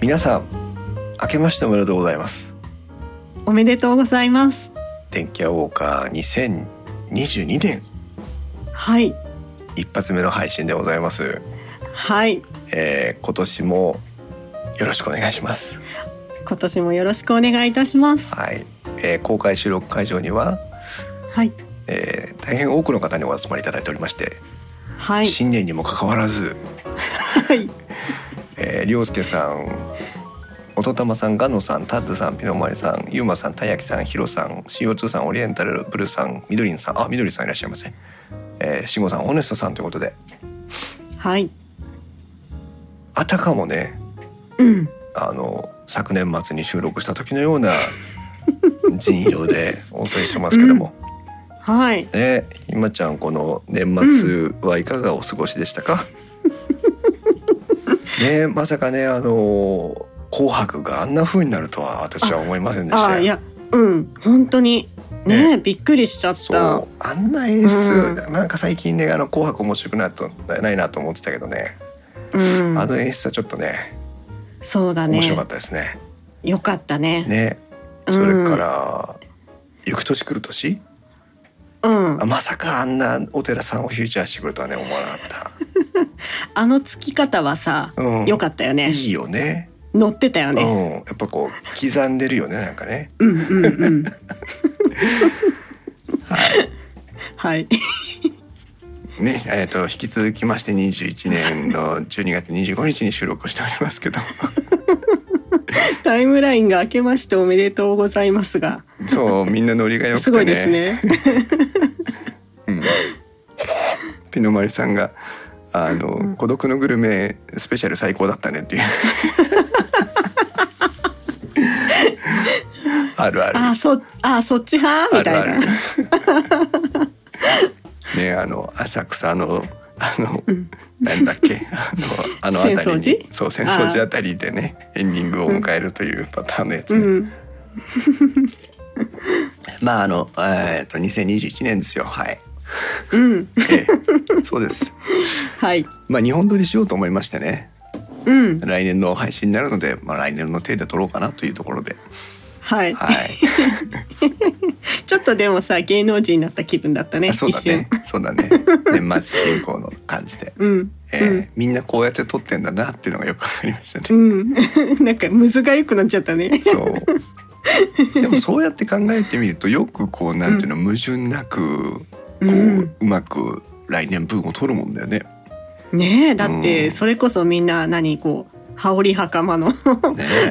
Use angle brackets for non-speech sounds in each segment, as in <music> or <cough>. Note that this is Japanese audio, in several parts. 皆さん明けましておめでとうございますおめでとうございます。電気屋ウォーカー2022年はい。一発目の配信でございます、はい。えー、今年もよろしくお願いします今年もよろしくお願いいたします。はい、えー、公開収録会場には、はい。えー、大変多くの方にお集まりいただいておりまして、はい。新年にもかかわらずはい。えー、りょうすけさん音玉さんガノさんタッズさんピノマリさんユーマさんたやきさんヒロさん CO2 さんオリエンタルブルーさんみどりんさんあみどりんさんいらっしゃいませえー、慎吾さんオネストさんということではい。あたかもねうん。あの昨年末に収録した時のよ <laughs> うな陣容でお送りしてますけども、はい。ねひまちゃんこの年末はいかがお過ごしでしたか、 <laughs> ねまさかねあの紅白があんな風になるとは私は思いませんでしあたーよいや、うん。本当にねびっくりしちゃっそたう。あんな演出、うなんか最近ねあの紅白面白くないとないなと思ってたけどね、うん。あの演出はちょっとねそうだね面。白かったですね。よかったね。ねそれから、行く年来る年うんあ。まさかあんなお寺さんをフューチャーしてくるとはね思わなかっあのつき方はさ、た。うん、 <laughs> よかったよねい。いよね。乗ってたようん、ね。やっぱこう刻んでるよねなんかね。うんうんうん。 <laughs> はい。ねえーと引き続きまして21年の12月25日に収録をしておりますけど、 <laughs> タイムラインが明けましておめでとうございますが、そうみんなノリが良くてすね。ごいですね。うんピノマリさんがあの、孤独のグルメスペシャル最高だったね <laughs> っていう。あるある。あー、そ、あー、そっち派あみるたあいるな。。ねあの浅草のあの、うんなんだっけあのあの辺りに浅草寺そう浅草寺あたりでねエンディングを迎えるというパターンのやつうね、ん。まああのえっと2021年ですよはい、うん。 <laughs> ええそうですはい。まあ日本撮りしようと思いましてねうん。来年の配信になるので、まあ、来年の手で撮ろうかなというところではい。はいちょっとでもさ、芸能人になった気分だったね。あそうだ <laughs> ねそうだ <laughs> ね年末進行の感じで、一瞬。うん。ええみんなこうやって撮ってんだなっていうのがよくわかりましたねうん。うん。 <laughs> なんか、むずがよくなっちゃったね。そう。でもそうやって考えてみるとよくこうなんていうの、矛盾なくこう,、う。うんまく来年分を取るもんだよね。ねえ、だっうて、んそれこそみんな、何、こう、羽織袴の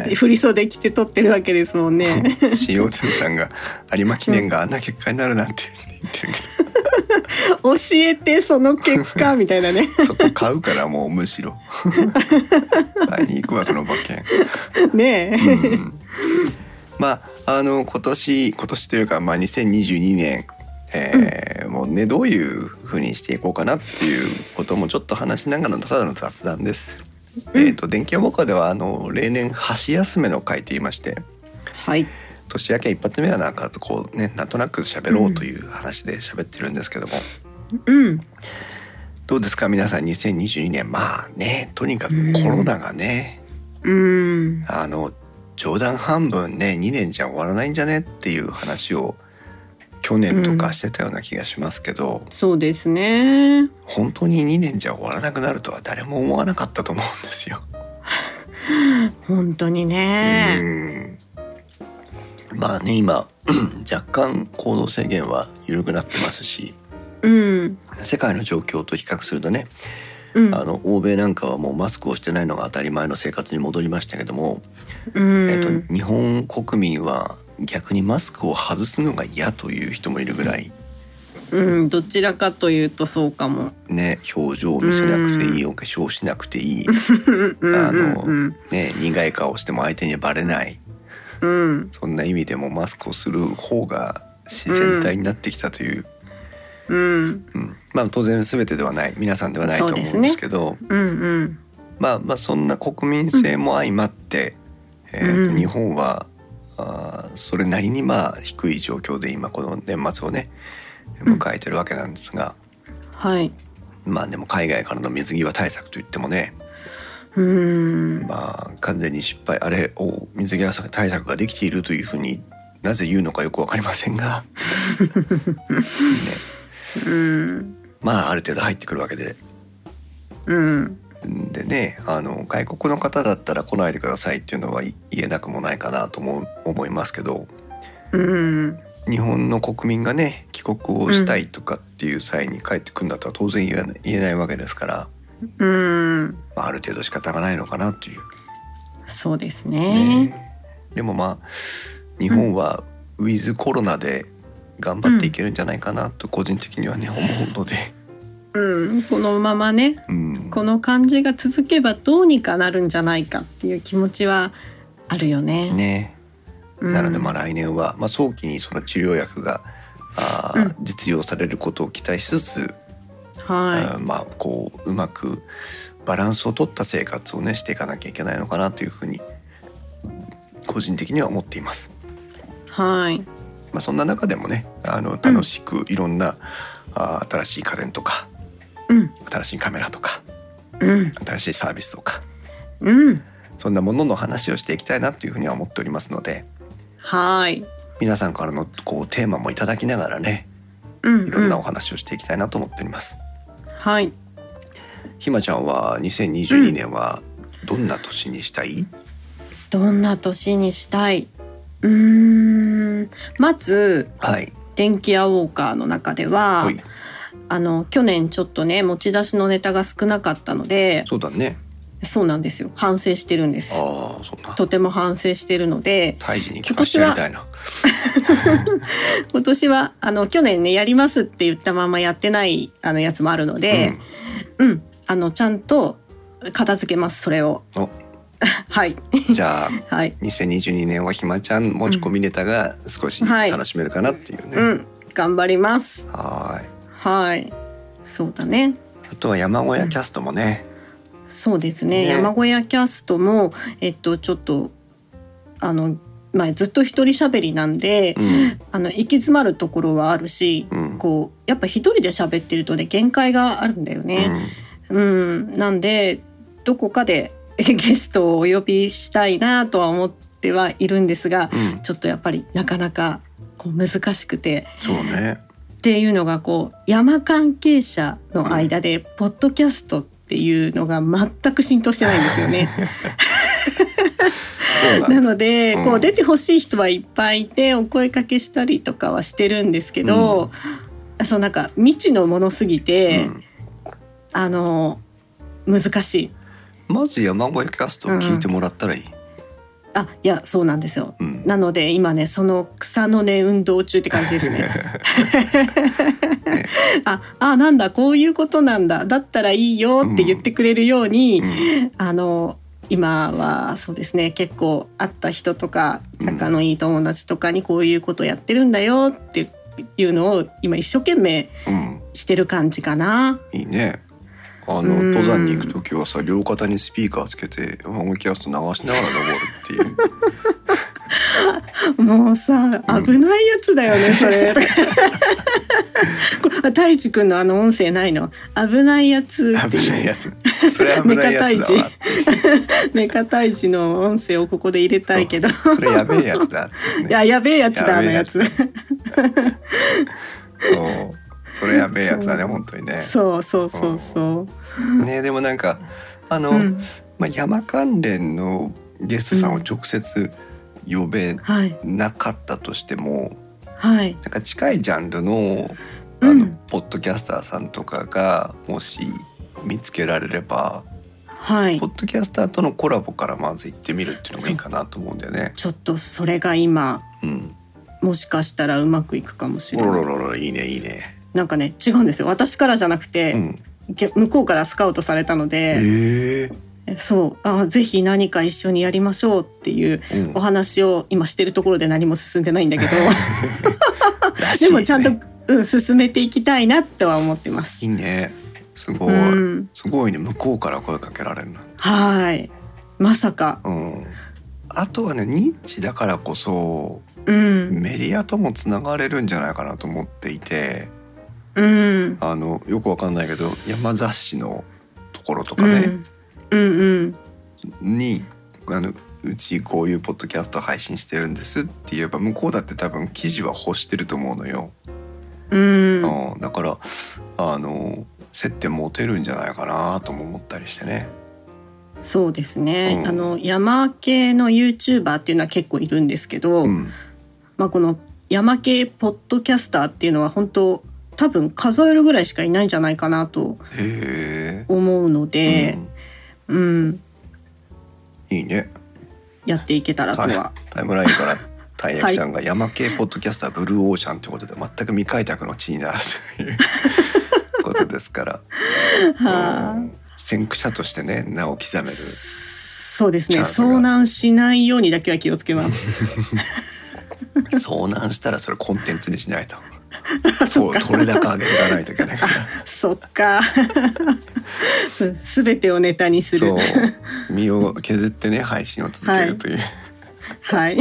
ね振り袖着て撮ってるわけですもんね。え。 <laughs> 新大津さんが有馬記念があんな結果になるなんて言ってるけ教えて、その <laughs> 結果、みたいなね。ど、そこ買うからもうむし <laughs> ろ買いに行くわその馬券。ねえ。うんまああの今年今年というかまあ2022年。えーもうねどういう風にしていこうかなっていうこともちょっと話しながらのただの雑談です。うんえっ、と電気屋ウォーカーではあの例年箸休めの会と言いましてはい。年明け一発目はなんかこうねなんとなく喋ろうという話で喋ってるんですけども、うん。どうですか皆さん2022年まあねとにかくコロナがね、うん。あの冗談半分ね2年じゃ終わらないんじゃねっていう話を去年とかしてたような気がしますけど、そうですね。本当に2年じゃ終わらなくなるとは誰も思わなかったと思うんですよ。本当にうね。んまあね今 <clears throat> 若干行動制限は緩くなってますしうん。世界の状況と比較するとね、うん。あの欧米なんかはもうマスクをしてないのが当たり前の生活に戻りましたけども、うん。えっと日本国民は逆にマスクを外すのが嫌という人もいるぐらい、うん、どちらかというとそうかも。ね、表情を見せなくていいお化粧しなくていい、うんうんあのうんね、苦い顔しても相手にはバレないうんそんな意味でもマスクをする方が自然体になってきたという、うんうんまあ当然全てではない皆さんではないと思うんですけどうんうんまあまあそんな国民性も相まって、えーとうん日本はあーそれなりにまあ低い状況で今この年末をねうん迎えてるわけなんですが、はいまあでも海外からの水際対策といってもねうーん。まあ完全に失敗あれを水際対策ができているというふうになぜ言うのかよく分かりませんが、ね、うん。まあある程度入ってくるわけでうん。でねあの外国の方だったら来ないでくださいっていうのは言えなくもないかなとも思いますけどうん。日本の国民がね帰国をしたいとかっていう際に帰ってくるんだとは当然言えない言えないわけですから、うん。まあ、ある程度仕方がないのかなという。そうですね。でもまあ日本はウィズコロナで頑張っていけるんじゃないかなと個人的にはね思うので、うん。このままね、うん、この感じが続けばどうにかなるんじゃないかっていう気持ちはあるよね。ねうんなのでまあ来年は、まあ、早期にその治療薬があー実用されることを期待しつつ、あはーまあこううまくバランスを取った生活をねしていかなきゃいけないのかなというふうに個人的には思っています。い。はい。まあ、そんな中でもねあの楽しくいろんな、あー新しい家電とかうん。新しいカメラとかうん。新しいサービスとかうん。そんなものの話をしていきたいなというふうには思っておりますのではい。皆さんからのこうテーマもいただきながらねうん、うん。いろんなお話をしていきたいなと思っております。はい。ひまちゃんは2022年はどんな年にしたい、どんな年にしたい。うーん。まずはい、電気屋ウォーカーの中ではおいあの去年ちょっとね持ち出しのネタが少なかったのでそうだねそうなんですよ反省してるんですああそんなとても反省してるので胎児に聞かせてやりたいな今年はあの去年ねやりますって言ったままやってないあのやつもあるので、うん、あのちゃんと片付けますそれをお。 <laughs> はいうん、じゃあはい。 2022年はひまちゃん持ち込みネタが少しうんはい楽しめるかなっていうね、うん頑張ります。はーいはい。そうだね。あとは山小屋キャストもね、そうですね。ね山小屋キャストもえっとちょっとあのまあずっと一人喋りなんで、うんあの行き詰まるところはあるし、うんこうやっぱ一人で喋ってるとね限界があるんだよね。うん、なんでどこかで <laughs> えゲストをお呼びしたいなとは思ってはいるんですがうんうん、ちょっとやっぱりなかなかこう難しくてそうねっていうのがこう山関係者の間でポッドキャストっていうのが全く浸透してないんですよね。そうだなので、うんこう出てほしい人はいっぱいいてお声かけしたりとかはしてるんですけど、そうなんか未知のものすぎて、うんあの難しい。まず山小屋キャストを聞いてもらったらいい。あいやそうなんですよ。うん。なので今ねその草のね運動中って感じです <laughs> ね。 <laughs> ああなんだこういうことなんだだったらいいよって言ってくれるように、うんあの今はそうですね結構会った人とかうん仲のいい友達とかにこういうことやってるんだよっていうのを今一生懸命うん。してる感じかな。いいね。あのうん登山に行くときはさ両肩にスピーカーつけて山小屋キャスト流しながら登るっていう。もうさうん危ないやつだよね、それ。これあ太一くんのあの音声ないの危ないやつって危いうないやつ。それ危ないやつだわ。メカ大使の音声をここで入れたいけど、それやべえやつだっていね。 <laughs> ややべえやつだあのやつ。そう。それやべえやつだねそう本当に <laughs> ね。そうそうそうそう。ねでもなんかあの、うん、まあ山関連のゲストさんを直接呼べはいなかったとしても、はい。なんか近いジャンルのあうの、んポッドキャスターさんとかがもし見つけられれば、はいポ。ッドキャスターとのコラボからまず行ってみるっていうのもいいかなと思うんだよね。ちょっとそれが今うん。もしかしたらうまくいくかもしおれろろない。ろろいいねいいね。なんかね違うんですよ。私からじゃなくうて、ん。げ向こうからスカウトされたので、ええそうあぜひ何か一緒にやりましょうっていううんお話を今してるところで何も進んでないんだ <laughs> けど、らしいねでもちゃんと、うん、進めていきたいなとは思ってます。いいね。すごうい、ん。すごいね向こうから声かけられるな。はい。まさか。うん。あとはねニッチだからこそうん。メディアともつながれるんじゃないかなと思っていてうん。あのよくわかんないけど山雑誌のところとかうね、ん。うんうんにあのうちこういうポッドキャスト配信してるんですって言えば向こうだって多分記事は欲してると思うのよ、うんうんだからあの接点持てるんじゃないかなとも思ったりしてね。そうですね、うんあの山系の YouTuber っていうのは結構いるんですけど、うん、まあ、この山系ポッドキャスターっていうのは本当多分数えるぐらいしかいないんじゃないかなとへ思うのえ、で、うんうんいいねやっていけたらとは、タイムラインからたい焼きさんが山系ポッドキャスターブルーオーシャンってことで全く未開拓の地になるということですから <laughs> はうん先駆者としてね名を刻め <laughs> るい、そうですチねャンスが遭難しないようにだけは気をつけます。遭難したらそれコンテンツにしないとあ <laughs> そっか取れ高上げていかないといけない <laughs> から。そっかそうすべてをネタにするそう身を削ってね配信を続けるという、 <laughs> はい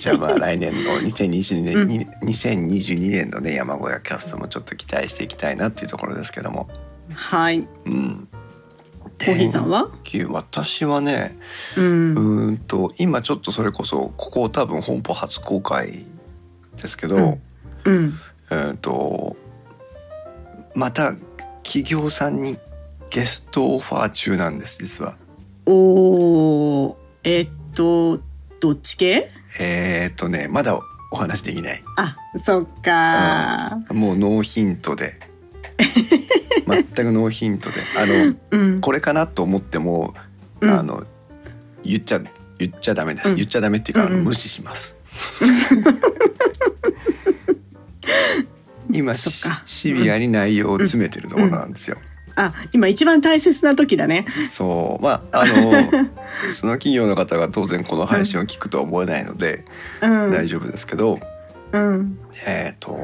じゃあまあ来年の2022年、うんに2022年のね山小屋キャストもちょっと期待していきたいなっていうところですけどもはいうんコーヒーさんは、天気私はねうんうーんと今ちょっとそれこそここ多分本舗初公開ですけど、うんうんえーとまた企業さんにゲストオファー中なんです実は。おーえっとどっち系えっ、とねまだお話できない。あそっかもうノーヒントで <laughs> 全くノーヒントであのうんこれかなと思っても、うんあの言っちゃ言っちゃダメです、うん言っちゃダメっていうか、あのうんうん無視し <laughs> ます。今そっシかシビアに内容を詰めてるところなんですよ。あ今一番大切な時だねそうまああ <laughs> のその企業の方が当然この配信を聞くとは思えないので、うん大丈夫ですけど、うんえっ、と、うん、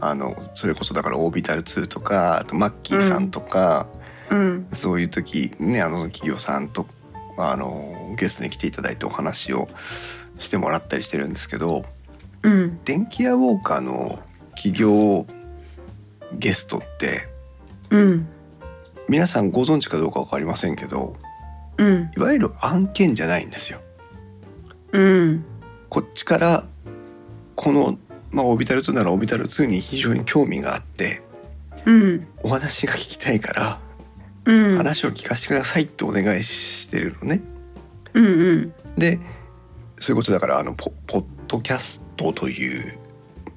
あのそれこそだからオービタル2とかあとマッキーさんとか、うんそういう時ねあの企業さんとあのゲストに来ていただいてお話をしてもらったりしてるんですけどうん電気屋ウォーカーの企業ゲストってうん皆さんご存知かどうか分かりませんけどうんいわゆる案件じゃないんですよ。うんこっちからこの、まあ、オービタル2ならオービタル2に非常に興味があってうんお話が聞きたいからうん話を聞かせてくださいってお願いしてるのね。うんうんでそういうことだからあのポポッドキャストという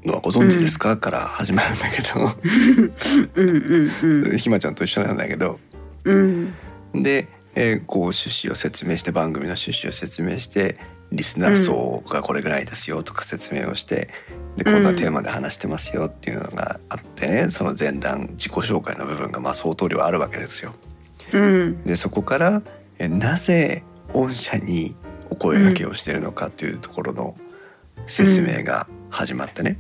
のはご存知ですか、から始まるんだけうんうんうどんひまちゃんと一緒なんだけどうんで、えーこう趣旨を説明して番組の趣旨を説明してリスナー層がこれぐらいですよとか説明をして、でこんなテーマで話してますよっていうのがあってねその前段自己紹介の部分がまあ相当量あるわけですよ。うんでそこからえなぜ御社にお声掛けをしてるのかというところの説明が始まってね、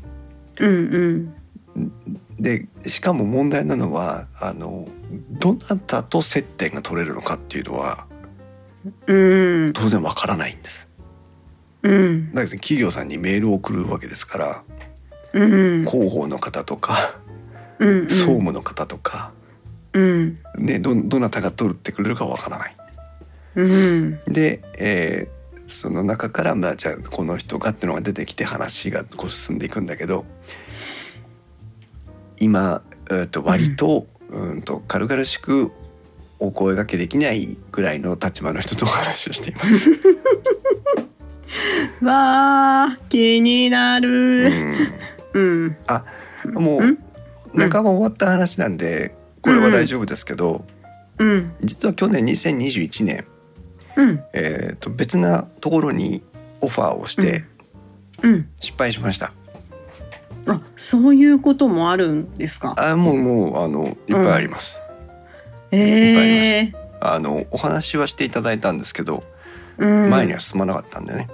うんうんでしかも問題なのはあのどなたと接点が取れるのかっていうのはうん当然わからないんですうんだけど企業さんにメールを送るわけですからうん広報の方とかうん総務の方とか、うんね、どどなたが取ってくれるかわからない。うんで、えーその中から、まあ、じゃあこの人がっていうのが出てきて話がこう進んでいくんだけど今、えー、と割と,、うん、と軽々しくお声掛けできないぐらいの立場の人とお話をしています。わあ気になうるん、うんあもうんう仲間終わった話なんでこれは大丈夫ですけど、うん実は去年2021年、うんえー、と別なところにオファーをしてうん失敗しました。あそういうこともあるんですか。あもうもうあのいっぱいあります。ええあのお話はしていただいたんですけど、うん前には進まなかったんでね、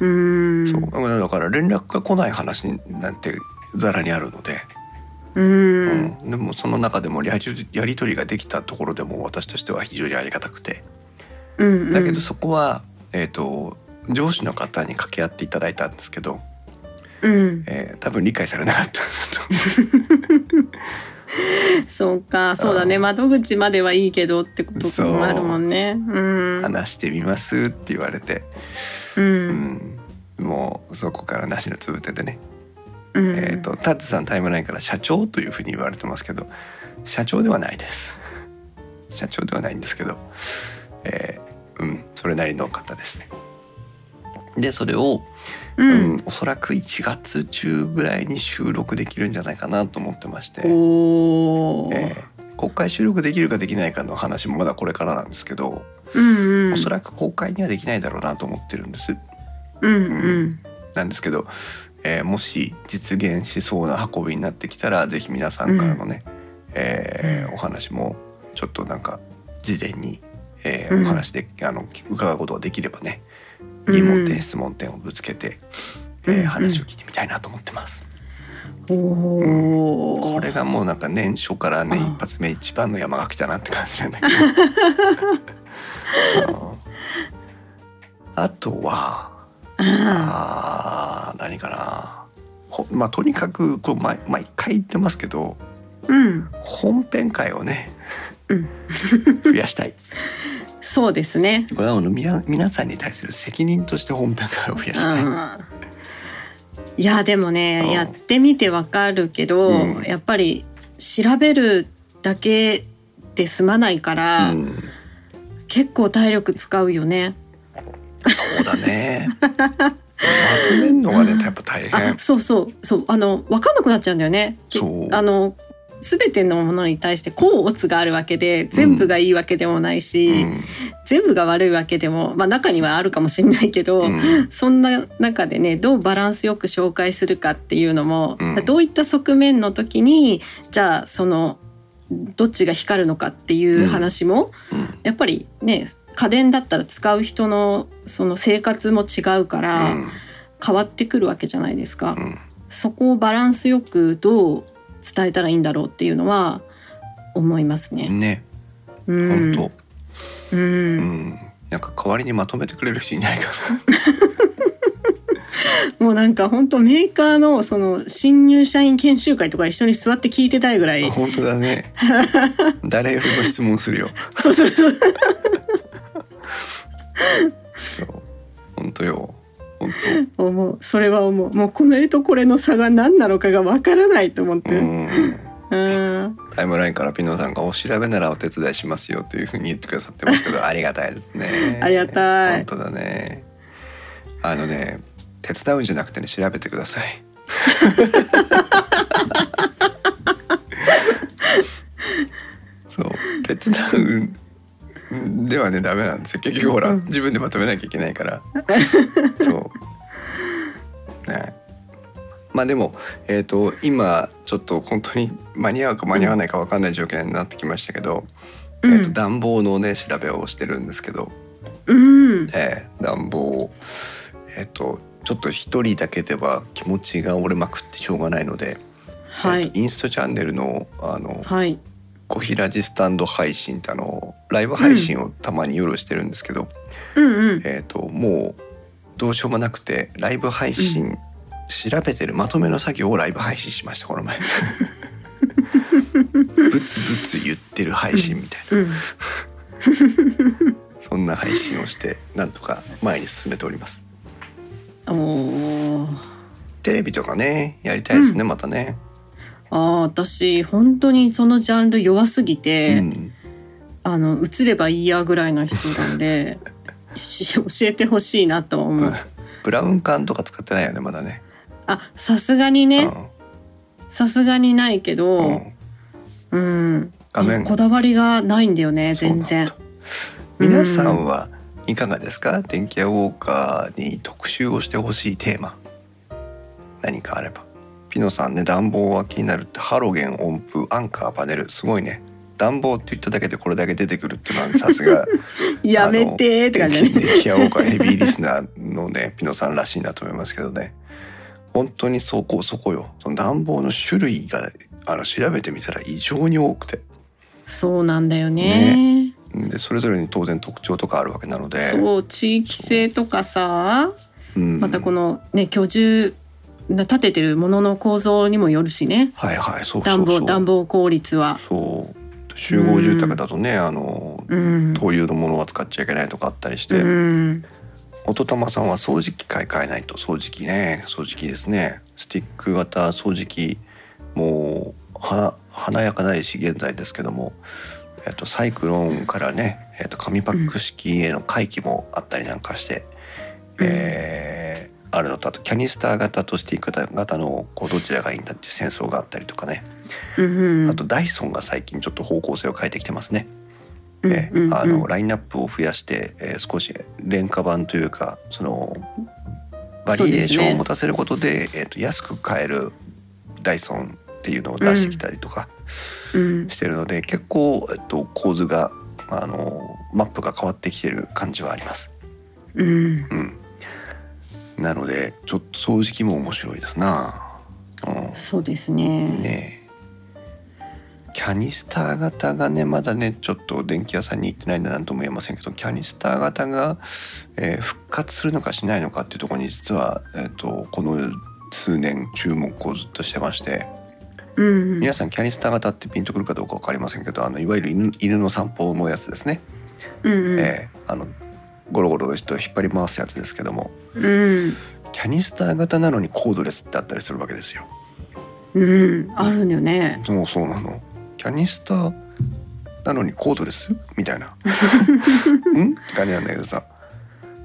うーんそうだから連絡が来ない話なんてざらにあるので、うーうんんでもその中でもやりやり取りができたところでも私としては非常にありがたくてうんだけどそこは、えー、と上司の方に掛け合っていただいたんですけど、ううん、えー多分理解されなかった。そうかそうだねうん窓口まではいいけどってことそうもあるもんねうん <laughs> 話してみますって言われて、ううんん、もうそこからなしのつぶてでね、うんえっ、とタッツさんタイムラインから社長というふうに言われてますけど社長ではないです社長ではないんですけど、えーうんそれなりの方ですねでそれを、ううんん、おそらく1月中ぐらいに収録できるんじゃないかなと思ってまして、おお、えー国会収録できるかできないかの話もまだこれからなんですけど、うんうんおそらく国会にはできないだろうなと思ってるんですうんうんなんですけど、えーもし実現しそうな運びになってきたらぜひ皆さんからのね、えーうんお話もちょっとなんか事前に、えーうんお話であの伺うことができればねうん疑問点質問点をぶつけて、うんえーうん話を聞いてみたいなと思ってます。おおこれがもうなんか年初からねあ一発目一番の山が来たなって感じなんだけ <laughs> ど。ああとはああー何かなほまあとにかくこう毎毎回言ってますけどーうん本編会をね、うん <laughs> 増やしたいそうですねこれはあのみな皆さんに対する責任として本編会を増やしたい、うんいやでもうんねやってみてわかるけど、うんやっぱり調べるだけで済まないから、うん、結構体力使うよね。そうだねまとめるのがねやっぱ大あ変そうそうそうあの分かんなくなっちゃうんだよね。でそうあの全てのものに対してこうオツがあるわけで全部がいいわけでもないし、うん全部が悪いわけでも、まあ、中にはあるかもしれないけど、うんそんな中でねどうバランスよく紹介するかっていうのも、うんどういった側面の時にじゃあそのどっちが光るのかっていう話も、うんやっぱりね家電だったら使う人のその生活も違うかうらん変わってくるわけじゃないですか、うんそこをバランスよくどう伝えたらいいんだろうっていうのは思いますね。ねうん、本当、ううんん、なんか代わりにまとめてくれる人いないかもうなんか本当メーカーのその新入社員研修会とか一緒に座って聞いてたいぐらいな本当だ <laughs> ね誰よりも質問するよそうそうそうそう本当よ本思うそれは思うもうこれとこれの差が何なのかがわからないと思っ <laughs> 当、うてん、うんタイムラインからピノさんが「お調べならお手伝いしますよ」というふうに言ってくださってますけどありがたいですねありがたい本当だねあのね手伝うんじゃなくてね調べてくださ <laughs> いそう手伝うんではねダメなんですよ結局ほら、うん自分でまとめなきゃいけない <laughs> からそう。ね。まあでも、えっ、と、今、ちょっと本当に間に合うか間に合わないか分かんない状況になってきましたけど、うんえー、と暖房のね、調べをしてるんですけど、うんえー暖房を、えっ、と、ちょっと一人だけでは気持ちが折れまくってしょうがないので、はえーいとインストチャンネルの、あの、はいコヒラジスタンド配信ってあの、ライブ配信をたまに夜してるんですけど、うんうんえー、ともうどうしようもなくてライブ配信、調べてるまとめの作業をライブ配信しましたこの <laughs> 前ブツブツ言ってる配信みたいな、うんそんな配信をしてなんとか前に進めておりますおーテレビとかねやりたいですね、うまたね、あー私本当にそのジャンル弱すぎて、うん、あの映ればいいやぐらいの人 <laughs> なんでし教えてほしいなと思うブラウン管とか使ってないよねまだねあさすがにねさすがにないけうど、んうんうん、画面こだわりがないんだよね全然そうなんだ皆さんはいかがですか電気屋ウォーカーに特集をしてほしいテーマ何かあればピノさんね暖房は気になるってハロゲン音符アンカーパネルすごいね暖房って言っただけでこれだけ出てくるっていうのはさす <laughs> がやめてーって電感気じだね電気屋ウォーカーヘビーリスナーのねピノさんらしいなと思いますけどね本当にそこそこよその暖房の種類があの調べてみたら異常に多くてそうなんだよねでそれぞれに当然特徴とかあるわけなのでそう地域性とかさうんまたこのね居住な建ててるものの構造にもよるしねはいはいそうそ暖うそ房う暖房効率は。そう集合住宅だとね、あのうん灯油のものは使っちゃいけないとかあったりしうて、ん音玉さんは掃除機買い替えないと掃除機ね掃除機ですねスティック型掃除機もうは華やかないし現在ですけども、えっと、サイクロンからね、えっと、紙パック式への回帰もあったりなんかして、うんえーあるのとあとキャニスター型とスティック型のこうどちらがいいんだっていう戦争があったりとかね、うんあとダイソンが最近ちょっと方向性を変えてきてますね。うんえうんあのラインナップを増やして、えー少し廉価版というかそのバリエーションを持たせることでえー、と安く買えるダイソンっていうのを出してきたりとかうんしてるので、結構、えっと、構図があのマップが変わってきてる感じはあります。うんうん、なのでちょっと掃除機も面白いですな。うんそうですねねえキャニスター型がねまだねちょっと電気屋さんに行ってないんで何とも言えませんけどキャニスター型が、えー復活するのかしないのかっていうところに実は、えー、とこの数年注目をずっとしてましてうん皆さんキャニスター型ってピンとくるかどうか分かりませんけどあのいわゆる犬犬の散歩のやつですね、うんえーあのゴロゴロと引っ張り回すやつですけどもうんキャニスター型なのにコードレスってあったりするわけですよ。うんあるんだよねそうそうなの。キャニスターなのにコードレスみたい <laughs> な。うんって感じなんだけどさ。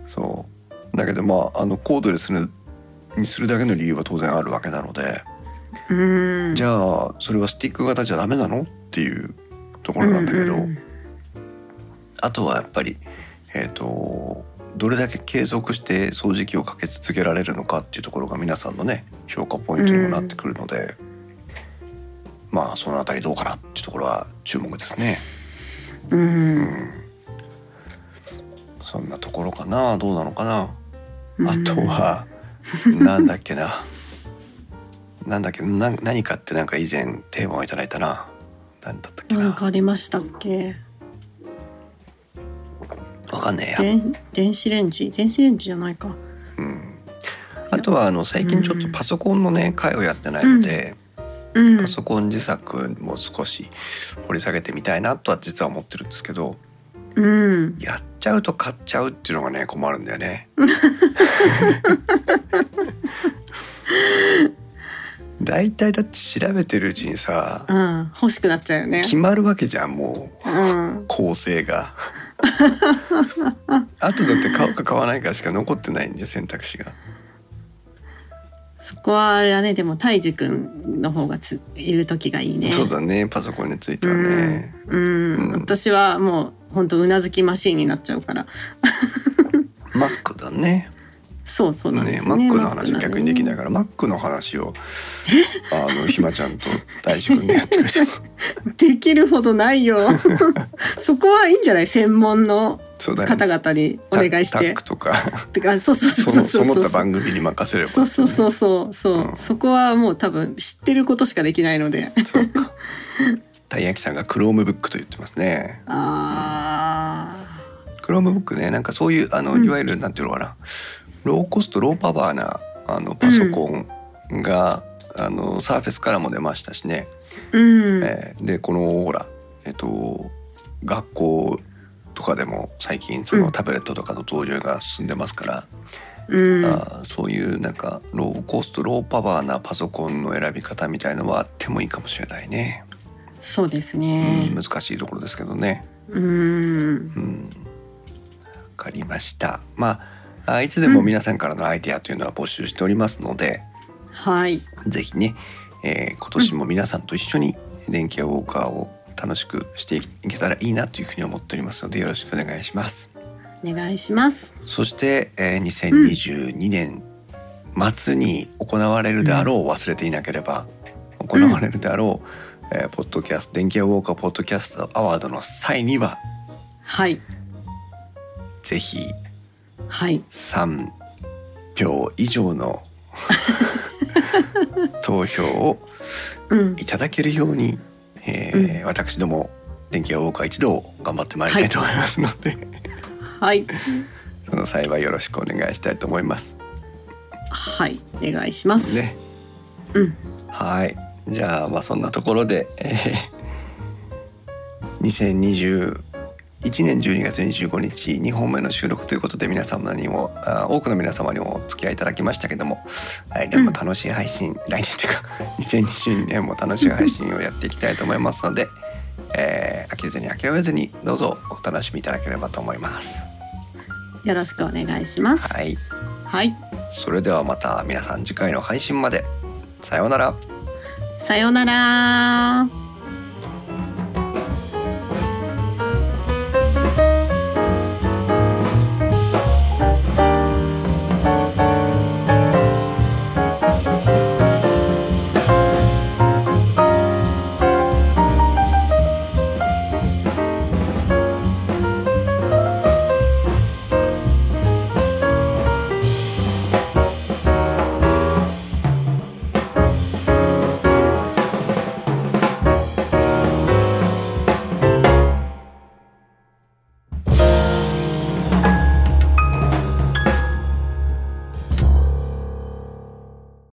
そう。だけどまああのコードレスにするだけの理由は当然あるわけなので、うんじゃゃあそれはスティック型じゃダメなのっていうところなんだけど、あとはやっぱりえっ、とどれだけ継続して掃除機をかけ続けられるのかっていうところが皆さんのね評価ポイントにもなってくるので、まあそのあたりどうかなっていうところは注目ですね。ううんん、そんなところかなどうなのかな、うんあとはなんだっけななんだっけな何かってなんか以前テーマをいただいたな何だったっけななんかありましたっけわかんねえや。電電子レンジ電子レンジじゃないかうんあとはあの最近ちょっとパソコンのね会をやってないので、うんパソコン自作も少し掘り下げてみたいなとは実は思ってるんですけどうんやっちゃうと買っちゃうっていうのがね困るんだよね。大体だって調べてるうちにさうん欲しくなっちゃうよね決まるわけじゃんもううん構成が。あとだって買うか買わないかしか残ってないんで選択肢が。そこはあれだねでもたいじくんの方がついる時がいいねそうだねパソコンについてはね。うん、うんうん私はもう本当うなずきマシーンになっちゃうからマックだね。そうそうなんでねすねマックの話逆にできないいからマックの話をあのひまちゃんと大志くんでやってく <laughs> れてできるほどな <laughs> いよそこはいいんじゃない専門のそうだね方々にお願いしタタッてクと <laughs> かてかそうそうそそうそのそうそうのそう他番組に任せればそうそうそうそうそう、うんそこはもう多分知ってることしかできないのでそうかたい焼きさんがクロームブックと言ってますねあクロームブックねなんかそういうあの、うんいわゆるなんていうのかなローコストローパワーなあのパソコンが、あのサーフェスからも出ましたしね、ーうん、えーでこのほらえっ、と学校とかでも最近そうんのタブレットとかの導入が進んでますから、うんあーそういうなんかローコストローパワーなパソコンの選び方みたいのはあってもいいかもしれないね、そうですうねん、難しいところですけどね。うんうん、わかりましたまああいつでも皆さんからのアイデアというのは募集しておりますので、はいぜひね、えー今年も皆さんと一緒に電気屋ウォーカーを楽しくしていけたらいいなというふうに思っておりますのでよろしくお願いします。お願いしますそして、えー2022年末に行われるであろう、忘れていなければ行われるであろう、えーポッドキャスト電気屋ウォーカーポッドキャストアワードの際にははいぜひはい3票以上の <laughs> 投票をうんいただけるように、えー私ども電気屋ウォーカー一同頑張ってまいりたいと思いますので、はいその際はよろしくお願いしたいと思います。はいお願いします。ねうんはいじゃあまあそんなところで、えー、2021年12月25日2本目の収録ということで皆様にもあ多くの皆様にもお付き合いいただきましたけども来年も楽しい配信、来年というか2022年も楽しい配信をやっていきたいと思いますので、えー飽きずに諦めずにどうぞお楽しみいただければと思います。よろしくお願いします。はいはい、それではまた皆さん次回の配信までさようなら。さようなら。